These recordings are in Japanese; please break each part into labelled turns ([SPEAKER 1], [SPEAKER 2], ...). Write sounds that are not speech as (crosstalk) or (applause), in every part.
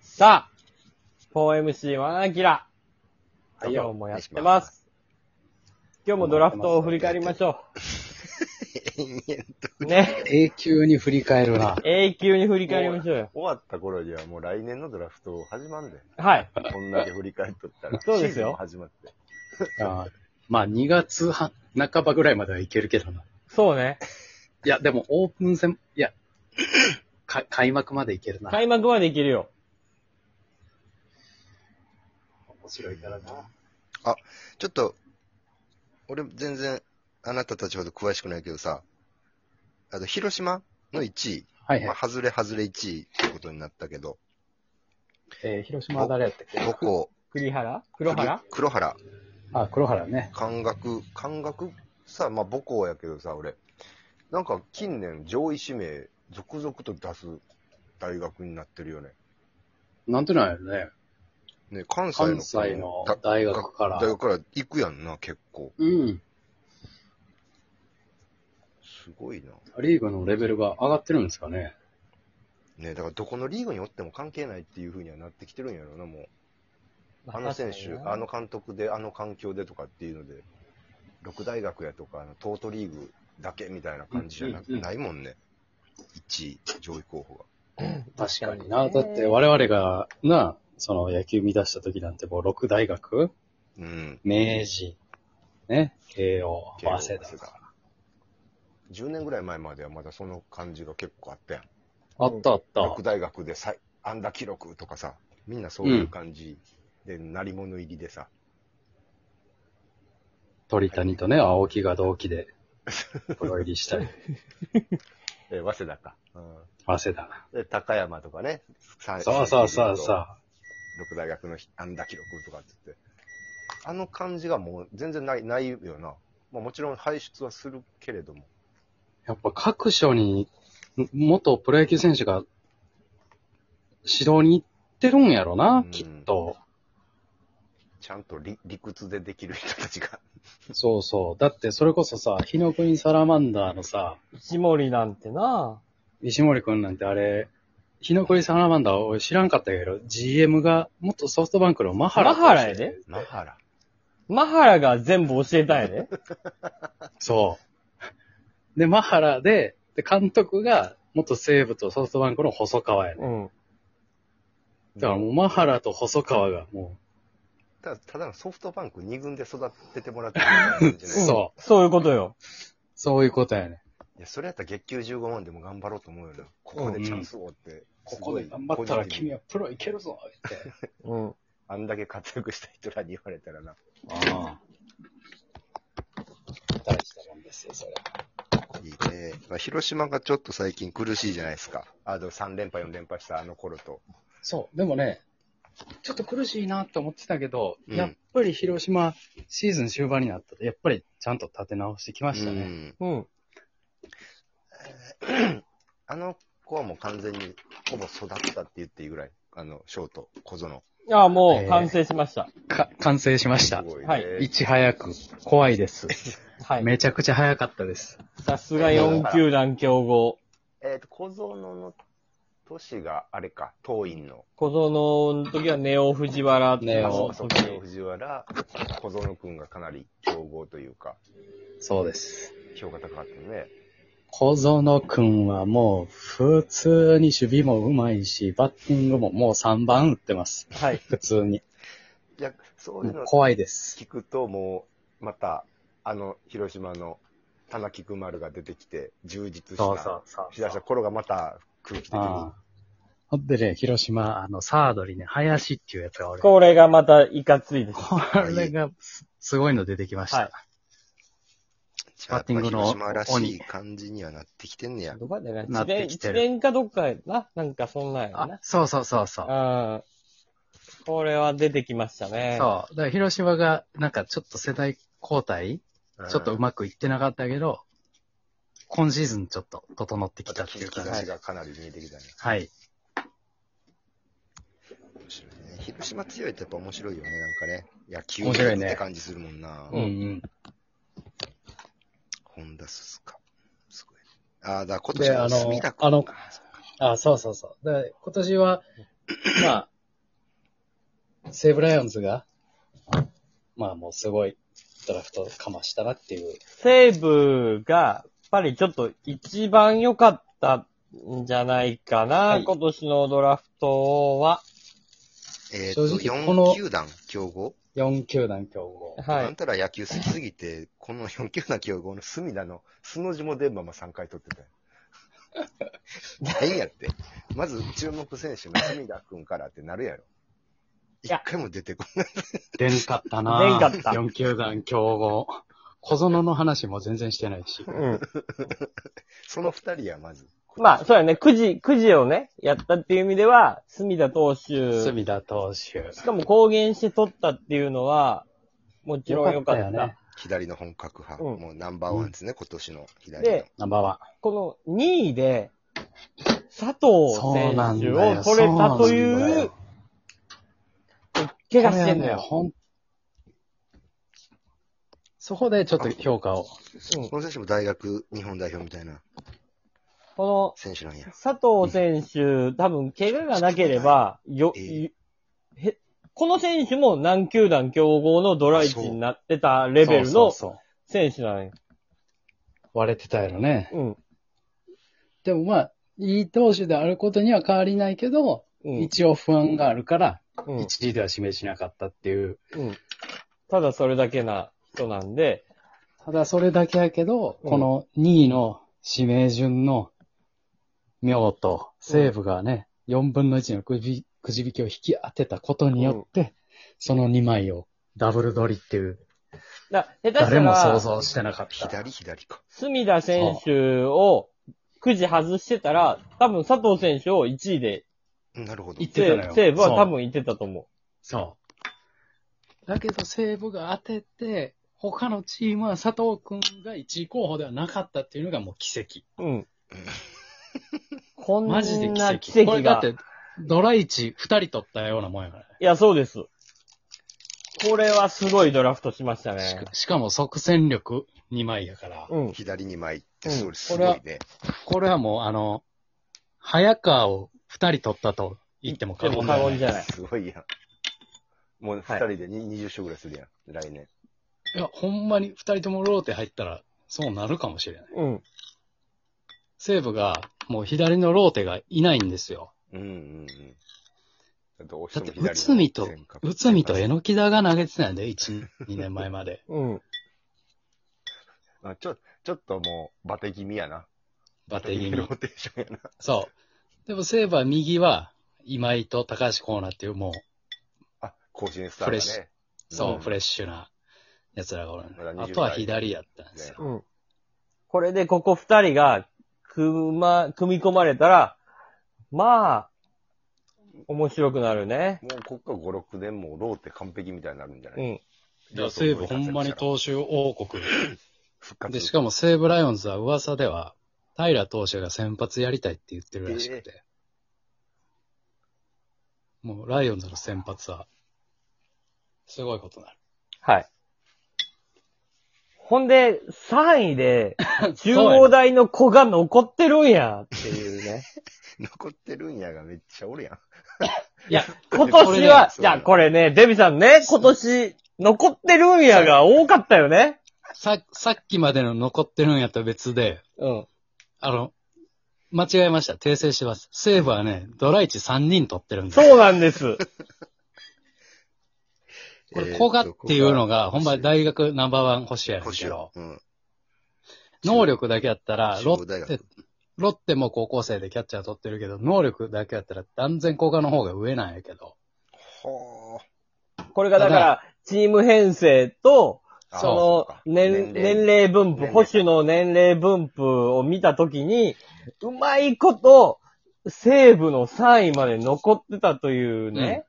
[SPEAKER 1] さあ、4MC ワナキラ。
[SPEAKER 2] はい
[SPEAKER 1] 今日もやってます。今日もドラフトを振り返りましょ
[SPEAKER 2] 延々と。
[SPEAKER 1] う。ね。
[SPEAKER 3] 永久に振り返る (laughs) な。
[SPEAKER 1] 永久に振り返りましょうよ。
[SPEAKER 2] 終わった頃にはもう来年のドラフト始まん
[SPEAKER 1] (laughs)
[SPEAKER 2] で。
[SPEAKER 1] はい。
[SPEAKER 2] こんだけ振り返っとったら。
[SPEAKER 1] そうで
[SPEAKER 2] シ
[SPEAKER 1] すよ
[SPEAKER 2] ーズンも始まって。
[SPEAKER 3] あーまあ、2月半、半ばぐらいまではいけるけどな。
[SPEAKER 1] そうね。
[SPEAKER 3] いや、でもオープン戦、いや、か開幕までいけるな。
[SPEAKER 1] 開幕までいけるよ。
[SPEAKER 3] 面白いからな。
[SPEAKER 4] ちょっと、俺全然あなたたちほど詳しくないけどさ、あと広島の1位、
[SPEAKER 3] はいは
[SPEAKER 4] まあ、外れ外れ1位ってことになったけど、
[SPEAKER 3] い。えー広島は誰やったっけ
[SPEAKER 4] どこ、
[SPEAKER 1] 栗原黒原
[SPEAKER 4] 黒原、
[SPEAKER 3] あ、黒原ね。
[SPEAKER 4] 関学、関学さ、まあ母校やけどさ、俺、なんか近年上位指名続々と出す大学になってるよね。
[SPEAKER 3] なんてなんやろね。
[SPEAKER 4] ね、関西の
[SPEAKER 3] 関西の大学から
[SPEAKER 4] 大。学から行くやんな、結構。
[SPEAKER 3] うん。
[SPEAKER 4] すごいな。
[SPEAKER 3] リーグのレベルが上がってるんですかね。
[SPEAKER 4] ね、だからどこのリーグにおっても関係ないっていう風にはなってきてるんやろうな、もう。あの選手、あの。監督で、あの環境でとかっていうので、六大学やとか、あのトートリーグだけみたいな感じじゃな,、
[SPEAKER 3] うんうんうん
[SPEAKER 4] ないもんね。1位、上位候補が。
[SPEAKER 3] 確かにな。だって我々が、な、その野球見出した時なんてもう6大学
[SPEAKER 4] うん。
[SPEAKER 3] 明治、ね、慶応、
[SPEAKER 4] 慶応
[SPEAKER 3] 早稲田。
[SPEAKER 4] 10年ぐらい前まではまだその感じが結構あったやん。
[SPEAKER 3] あったあった。
[SPEAKER 4] 六大学で最安打記録とかさ、みんなそういう感じで、鳴り物入りでさ、
[SPEAKER 3] 鳥谷とね、青木が同期で、プロ入り (laughs) したり、
[SPEAKER 4] えー早稲田か。う
[SPEAKER 3] 早稲田。
[SPEAKER 4] ん。で、高山とかね。さ
[SPEAKER 3] そうそうそうそう。
[SPEAKER 4] 六大学の安打記録とかって言って、あの感じがもう全然ないないよな。まあ、もちろん輩出はするけれども。
[SPEAKER 3] やっぱ各所に、ん元プロ野球選手が、指導に行ってるんやろな、
[SPEAKER 4] うん
[SPEAKER 3] きっと。
[SPEAKER 4] ちゃんと理理屈でできる人たちが。
[SPEAKER 3] そうそう。だってそれこそさ、日の国サラマンダーのさ、
[SPEAKER 1] 石森なんてな。
[SPEAKER 3] 石森くんなんてあれ、日の国サラマンダー俺知らんかったけど、GM が元ソフトバンクのマハラ。
[SPEAKER 1] マハラやで
[SPEAKER 4] マハラ。
[SPEAKER 1] マハラが全部教えたんや
[SPEAKER 4] (laughs)
[SPEAKER 1] で。
[SPEAKER 3] そう。で、マハラで、で、監督が元西武とソフトバンクの細川やね。
[SPEAKER 1] うん。
[SPEAKER 3] だからもう、マハラと細川がも
[SPEAKER 4] ただただのソフトバンク2軍で育ててもらってるみたいな感じ
[SPEAKER 3] う、
[SPEAKER 4] ね
[SPEAKER 3] (laughs) そ
[SPEAKER 1] そういうことよ。
[SPEAKER 3] う、そういうことやね。
[SPEAKER 4] いや、それやったら月給15万でも頑張ろうと思うよな。ここでチャンスをって。
[SPEAKER 3] ここで頑張ったら君
[SPEAKER 4] は。
[SPEAKER 3] はプロいけるぞって。
[SPEAKER 1] うん。
[SPEAKER 4] あんだけ活躍した人らに言われたらな。
[SPEAKER 3] ああ。大したもんですよ、それ。
[SPEAKER 4] いいね。まあ、広島がちょっと最近苦しいじゃないですか。あの3連覇4連覇したあの頃と。
[SPEAKER 3] そう、でもね、ちょっと苦しいなと思ってたけど、
[SPEAKER 4] うん
[SPEAKER 3] やっぱり広島、シーズン終盤になったと、やっぱりちゃんと立て直してきました
[SPEAKER 4] う
[SPEAKER 3] ね。
[SPEAKER 4] ん
[SPEAKER 1] うん。
[SPEAKER 4] あの子はもう完全にほぼ育ったって言っていいぐらい、あの、ショート、小園。
[SPEAKER 1] いや、もう完成しました。
[SPEAKER 3] か完成しまし
[SPEAKER 4] す
[SPEAKER 3] た。
[SPEAKER 4] ごいね。
[SPEAKER 1] はい
[SPEAKER 3] ち早く、怖いです。
[SPEAKER 1] はい。
[SPEAKER 3] めちゃくちゃ早かったです。
[SPEAKER 1] さすが4球団競合。
[SPEAKER 4] えっ、と、小園の年があれか、当院の。
[SPEAKER 1] 小園の時はネオ藤原って
[SPEAKER 3] ネ
[SPEAKER 1] いう
[SPEAKER 3] オ
[SPEAKER 1] の
[SPEAKER 4] そ
[SPEAKER 1] を
[SPEAKER 4] うそ
[SPEAKER 1] 時
[SPEAKER 4] う藤原、小園くんがかなり強豪というか、
[SPEAKER 3] そうです。
[SPEAKER 4] 評価高かったね。
[SPEAKER 3] 小園くんはもう、普通に守備もうまいし、バッティングももう3番打ってます。
[SPEAKER 1] はい。
[SPEAKER 3] 普通に。
[SPEAKER 4] いや、そうい
[SPEAKER 3] も
[SPEAKER 4] う
[SPEAKER 3] う
[SPEAKER 4] の
[SPEAKER 3] 怖いです。
[SPEAKER 4] 聞くともう、また、あの、広島の田中く丸が出てきて、充実した。
[SPEAKER 3] そう
[SPEAKER 4] しだした頃がまた空気的に
[SPEAKER 3] ああ。ほんでね、広島、あの、サードにね、林っていうやつがおる。こ
[SPEAKER 1] これがまたいかついです。
[SPEAKER 3] れがす、すごいの出てきました。
[SPEAKER 1] はい
[SPEAKER 4] じゃあ
[SPEAKER 3] バッティングの
[SPEAKER 4] やっぱ広島らし
[SPEAKER 3] 鬼
[SPEAKER 4] い感じにはなってきてんねや。
[SPEAKER 1] どこやったかな
[SPEAKER 3] な
[SPEAKER 1] 一
[SPEAKER 3] って
[SPEAKER 1] 連、
[SPEAKER 3] きて
[SPEAKER 1] 一
[SPEAKER 3] る
[SPEAKER 1] 連かどっかやな。なんかそんなんや
[SPEAKER 3] あ、そうそうそうそう。
[SPEAKER 1] な。うん。これは出てきましたね。
[SPEAKER 3] そう。だから広島が、なんかちょっと世代交代、ちょっとうまくいってなかったけど、今シーズンちょっと整ってきたっていう感
[SPEAKER 4] 感
[SPEAKER 3] じ
[SPEAKER 4] じ。がかなり見えてきたね。
[SPEAKER 3] はい。
[SPEAKER 4] 面白いね広島強いってやっぱ面白いよね、なんかね。野球
[SPEAKER 3] 面白いね
[SPEAKER 4] って感じするもんな。
[SPEAKER 3] うんうん。
[SPEAKER 4] 本田鈴鹿。すごい。ああ、だから今
[SPEAKER 3] で
[SPEAKER 4] 年
[SPEAKER 3] あの
[SPEAKER 4] の隅田君
[SPEAKER 3] あの
[SPEAKER 4] か
[SPEAKER 3] (coughs) あ、そうそうそう。で、今年は、まあ、
[SPEAKER 5] 西武ライオンズが、まあもうすごいドラフトかましたなっていう。
[SPEAKER 1] 西武が、やっぱりちょっと一番良かったんじゃないかな、
[SPEAKER 5] はい
[SPEAKER 1] 今年のドラフトは。
[SPEAKER 4] えっと、
[SPEAKER 5] 正直この
[SPEAKER 4] 4球団競合
[SPEAKER 5] 4球団競合。
[SPEAKER 1] は
[SPEAKER 4] あん
[SPEAKER 1] い。
[SPEAKER 4] たら野球好きすぎて、この4球団競合の隅田の、素の字も電波も3回取ってたよ。何やって。まず、注目選手の隅田君からってなるや
[SPEAKER 1] い
[SPEAKER 4] ろ。一
[SPEAKER 1] や
[SPEAKER 4] 回も出てこない。
[SPEAKER 3] 出んかったな
[SPEAKER 1] 出んかった
[SPEAKER 3] 4球団競合。小園の話も全然してないし。
[SPEAKER 1] うん。
[SPEAKER 4] その2人や、まず。
[SPEAKER 1] まあ、そうやね。くじ、くじをね、やったっていう意味では、隅田投手。
[SPEAKER 3] 隅田投手。
[SPEAKER 1] しかも公言して取ったっていうのは、もちろん良かった。
[SPEAKER 3] よね。
[SPEAKER 4] 左の本格派。
[SPEAKER 1] うん
[SPEAKER 4] もうナンバーワンですね、今年の左の
[SPEAKER 1] で。、
[SPEAKER 3] ナンバーワ
[SPEAKER 1] この2位で、佐
[SPEAKER 3] ン。
[SPEAKER 1] 藤
[SPEAKER 3] そう
[SPEAKER 1] 選
[SPEAKER 3] なんだ
[SPEAKER 1] 手
[SPEAKER 3] よ。
[SPEAKER 1] を取れたという、怪我してんのよ。
[SPEAKER 3] ほん。そこでちょっと評価を。
[SPEAKER 1] うん
[SPEAKER 4] この選手も大学日本代表みたいな
[SPEAKER 1] この、
[SPEAKER 4] 選手なんや。
[SPEAKER 1] 佐藤選手、多分、怪我がなければ、よ、
[SPEAKER 4] ええ
[SPEAKER 1] いへこの選手も何球団競合のドラ1になってたレベル
[SPEAKER 3] そう
[SPEAKER 1] の
[SPEAKER 3] そうそう
[SPEAKER 1] 選手なんよ。
[SPEAKER 3] 割れてたやろね。
[SPEAKER 1] うん。
[SPEAKER 3] でもまあ、いい投手であることには変わりないけど、
[SPEAKER 1] うん。
[SPEAKER 3] 一応不安があるから、
[SPEAKER 1] うん。
[SPEAKER 3] 1位では指名しなかったっていう。
[SPEAKER 1] うん。ただそれだけな人なんで、
[SPEAKER 3] ただそれだけやけど、
[SPEAKER 1] うん
[SPEAKER 3] この2位の指名順の妙と西武がね、4分の1のくじくじ引きを引き当てたことによって、その2枚をダブル取りっていう、
[SPEAKER 1] だ下手した
[SPEAKER 3] 誰も想
[SPEAKER 1] ら、
[SPEAKER 3] 像してなかった。
[SPEAKER 4] 左、左か。
[SPEAKER 1] 隅田選手をくじ外してたら、多分佐藤選手を1位で、
[SPEAKER 4] うんなるほど
[SPEAKER 3] い。ってたの
[SPEAKER 1] セ
[SPEAKER 3] よ
[SPEAKER 1] ーブは
[SPEAKER 3] そう
[SPEAKER 1] 多分いってたと思
[SPEAKER 3] そう。だけど西武が当てて、他のチームは佐藤くんが1位候補ではなかったっていうのがもう奇跡。
[SPEAKER 1] う。
[SPEAKER 3] (laughs)
[SPEAKER 1] うん。こんな
[SPEAKER 3] マジで
[SPEAKER 1] 奇
[SPEAKER 3] 奇
[SPEAKER 1] 跡
[SPEAKER 3] 跡。これだ
[SPEAKER 1] が
[SPEAKER 3] っ。て、ドラ1、二人取ったようなもんやからね。
[SPEAKER 1] いや、そうです。これはすごいドラフトしました
[SPEAKER 3] し
[SPEAKER 1] ね
[SPEAKER 3] か。しかも即戦力2枚やから。
[SPEAKER 1] うん。
[SPEAKER 4] 左2枚って、
[SPEAKER 1] うん
[SPEAKER 4] それすごいね。
[SPEAKER 3] これはもう、あの、早川を二人取ったと言っても過
[SPEAKER 1] でも
[SPEAKER 3] 言で
[SPEAKER 1] 過
[SPEAKER 3] はな
[SPEAKER 1] 言
[SPEAKER 3] い。
[SPEAKER 1] じゃない。
[SPEAKER 4] すごいやん。もう2人でに20勝ぐらいするやん、来年。
[SPEAKER 3] いや、ほんまに二人ともローテ入ったら、そうなるかもしれない。
[SPEAKER 1] うん。
[SPEAKER 3] 西武が、もう左のローテがいないんですよ。
[SPEAKER 4] うんうんうん。どうして
[SPEAKER 3] だ
[SPEAKER 4] も
[SPEAKER 3] って、
[SPEAKER 4] 左の
[SPEAKER 3] 内海と
[SPEAKER 4] 尖閣、
[SPEAKER 3] 内海と榎木田が投げてたんやで、1、2年前まで。
[SPEAKER 1] うん。
[SPEAKER 4] あちょ、ちょっともう、バテ気味やな。
[SPEAKER 3] バテ気味
[SPEAKER 4] ロ。ーテーションやな。
[SPEAKER 3] そう。でも西武は右は、今井と高橋コーナーっていう、もう、
[SPEAKER 4] あ、甲子園スター
[SPEAKER 3] フレ
[SPEAKER 4] だ
[SPEAKER 3] ッシュ
[SPEAKER 4] ね。
[SPEAKER 3] そう、
[SPEAKER 4] うん
[SPEAKER 3] フレッシュな奴らがおる、
[SPEAKER 4] まだ20
[SPEAKER 3] あとは左やったんですよ。
[SPEAKER 1] うん。これでここ二人が、組ま、組み込まれたら、まあ、面白くなるね。
[SPEAKER 4] もうこっから5、6年もうローテ完璧みたいになるんじゃな
[SPEAKER 1] う
[SPEAKER 4] い
[SPEAKER 1] ん。
[SPEAKER 3] だから西武ほんまに投手王国。
[SPEAKER 4] 復活
[SPEAKER 3] で、しかも西武ライオンズは噂では、平投手が先発やりたいって言ってるらしくて。もうライオンズの先発は、すごいことになる。
[SPEAKER 1] はい。ほんで、3位で、
[SPEAKER 4] (laughs)
[SPEAKER 1] 中央大の子が残ってるんや、っていうね。
[SPEAKER 4] 残ってるんやがめっちゃおるやん。
[SPEAKER 3] いや、
[SPEAKER 1] 今年は、
[SPEAKER 4] これね
[SPEAKER 1] じゃあこれね、デビさんね、今年、残ってるんやが多かったよね。
[SPEAKER 3] さ、さっきまでの残ってるんやったら別で、
[SPEAKER 1] うん。
[SPEAKER 3] あの、間違えました。訂正します。西武はね、ドライチ3人取ってるんですよ
[SPEAKER 1] そうなんです。
[SPEAKER 3] これ、古賀っていうのが、ほんまに大学ナンバーワン保守やねん
[SPEAKER 4] 星
[SPEAKER 3] けど
[SPEAKER 4] よ。、うん。
[SPEAKER 3] 能力だけやったら、ロ
[SPEAKER 4] 中央大
[SPEAKER 3] ッ
[SPEAKER 4] 学
[SPEAKER 3] テ、ロッテも高校生でキャッチャー取ってるけど、能力だけやったら断然古賀の方が上なんやけど。
[SPEAKER 4] ほ
[SPEAKER 1] これがだか
[SPEAKER 3] た
[SPEAKER 1] ら、チーム編成と、
[SPEAKER 4] ーあ
[SPEAKER 1] その年、年齢分布、
[SPEAKER 4] 年齢
[SPEAKER 1] 保守の年齢分布を見たときに、うまいこと、西部の3位まで残ってたというね。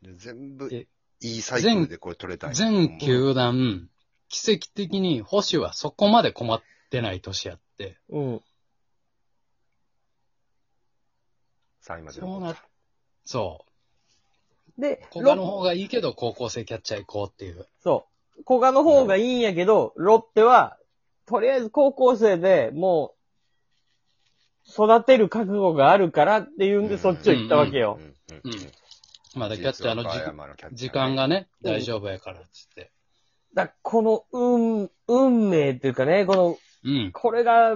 [SPEAKER 4] で全部、
[SPEAKER 3] え
[SPEAKER 4] いいサイクルでこれ取れたんや
[SPEAKER 3] 全球団、奇跡的に保守はそこまで困ってない年やって。
[SPEAKER 1] うん。
[SPEAKER 4] 3位まで
[SPEAKER 3] そう
[SPEAKER 4] 残っ
[SPEAKER 3] な
[SPEAKER 4] た。、
[SPEAKER 3] そ
[SPEAKER 1] で
[SPEAKER 3] う。、古賀の
[SPEAKER 1] ロ
[SPEAKER 3] 方がいいけど、高校生キャッチャー行こうっていう。
[SPEAKER 1] そう。古賀の方がいいんやけど、ロッテは、とりあえず高校生でもう、育てる覚悟があるからっていうんで、そっちを行ったわけよ。
[SPEAKER 4] うんうんうん
[SPEAKER 3] うん
[SPEAKER 4] うん
[SPEAKER 3] まだキャッチャーの
[SPEAKER 4] 実
[SPEAKER 3] じ
[SPEAKER 4] は岡山のキャッチャーね
[SPEAKER 3] 時間がね、
[SPEAKER 1] うん
[SPEAKER 3] 大丈夫やからっつって。
[SPEAKER 1] だこの運、運命っていうかね、この、
[SPEAKER 3] うん。
[SPEAKER 1] これが、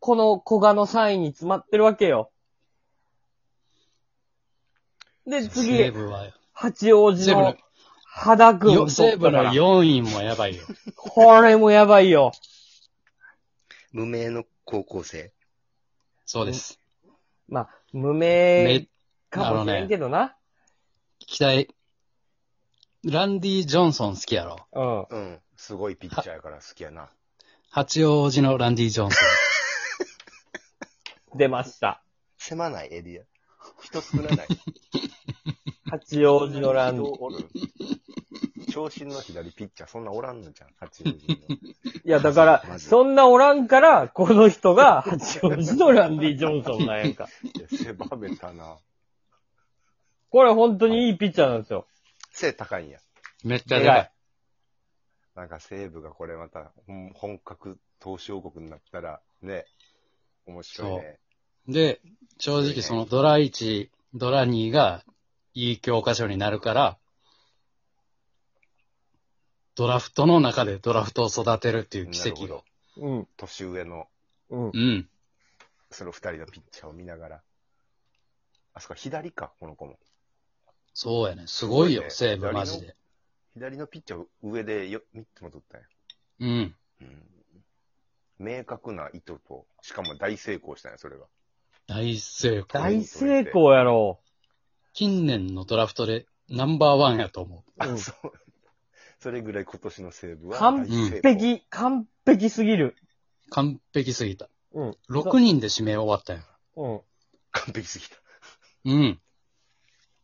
[SPEAKER 1] この古賀の3位に詰まってるわけよ。で、
[SPEAKER 3] 西
[SPEAKER 1] 次、
[SPEAKER 3] 武は、
[SPEAKER 1] 八王子
[SPEAKER 3] 西武
[SPEAKER 1] の
[SPEAKER 3] の、
[SPEAKER 1] 肌君
[SPEAKER 3] よ西武の
[SPEAKER 1] から
[SPEAKER 3] 4位もやばいよ。
[SPEAKER 1] これもやばいよ。
[SPEAKER 4] 無名の高校生。
[SPEAKER 3] そうです。
[SPEAKER 1] まあ、無
[SPEAKER 3] め
[SPEAKER 1] 名、かもしれんけどな。
[SPEAKER 3] 期待。ランディ・ジョンソン好きやろ。
[SPEAKER 1] うん。
[SPEAKER 4] うん。すごいピッチャーやから好きやな。
[SPEAKER 3] 八王子のランディ・ジョンソン。
[SPEAKER 1] 出ました。
[SPEAKER 4] 狭ないエリア。人少なない。
[SPEAKER 1] 八王子のラン。い
[SPEAKER 4] 人おる長身の左ピッチャー、そんなおらんのじゃん、八王子の。
[SPEAKER 1] や、だか
[SPEAKER 4] ま
[SPEAKER 1] ら、
[SPEAKER 4] ず
[SPEAKER 1] そんなおらんから、この人が八王子のランディ・ジョンソンなんやんか。
[SPEAKER 4] いや狭めたな。
[SPEAKER 1] これ本当にいいピッチャーなんですよ。
[SPEAKER 4] 背高いんや。
[SPEAKER 3] めっちゃでかい。
[SPEAKER 4] なんか西武がこれまた本本格投資王国になったら、ね、面白いね。
[SPEAKER 3] で、正直そのドラ1、ドラ2がいい教科書になるから、ドラフトの中でドラフトを育てるっていう奇
[SPEAKER 4] なる
[SPEAKER 3] 跡
[SPEAKER 4] ほ
[SPEAKER 3] を
[SPEAKER 4] ど。
[SPEAKER 1] うん。
[SPEAKER 4] 年上の、
[SPEAKER 1] うん。
[SPEAKER 3] うん。
[SPEAKER 4] その二人のピッチャーを見ながら。あ、そっか、左か、この子も。
[SPEAKER 3] そうやね。すごいよ、
[SPEAKER 4] すごい
[SPEAKER 3] 西
[SPEAKER 4] ね
[SPEAKER 3] 武マジで。
[SPEAKER 4] 左のピッチャーを上でよ3つも取ったんや。
[SPEAKER 3] うん。
[SPEAKER 4] うん。明確な意図と、しかも大成功したんや、それが。
[SPEAKER 3] 大成功。
[SPEAKER 1] 大成功やろ。
[SPEAKER 3] 近年のドラフトでナンバーワンやと思う。
[SPEAKER 1] うん
[SPEAKER 4] (laughs) そう。それぐらい今年の西武は
[SPEAKER 1] 完
[SPEAKER 4] 大成功。
[SPEAKER 1] 完璧、完璧すぎる。
[SPEAKER 3] 完璧すぎた。
[SPEAKER 1] うん。
[SPEAKER 3] 6人で指名終わったんやか
[SPEAKER 1] うん。
[SPEAKER 4] 完璧すぎた。
[SPEAKER 3] ら。うん。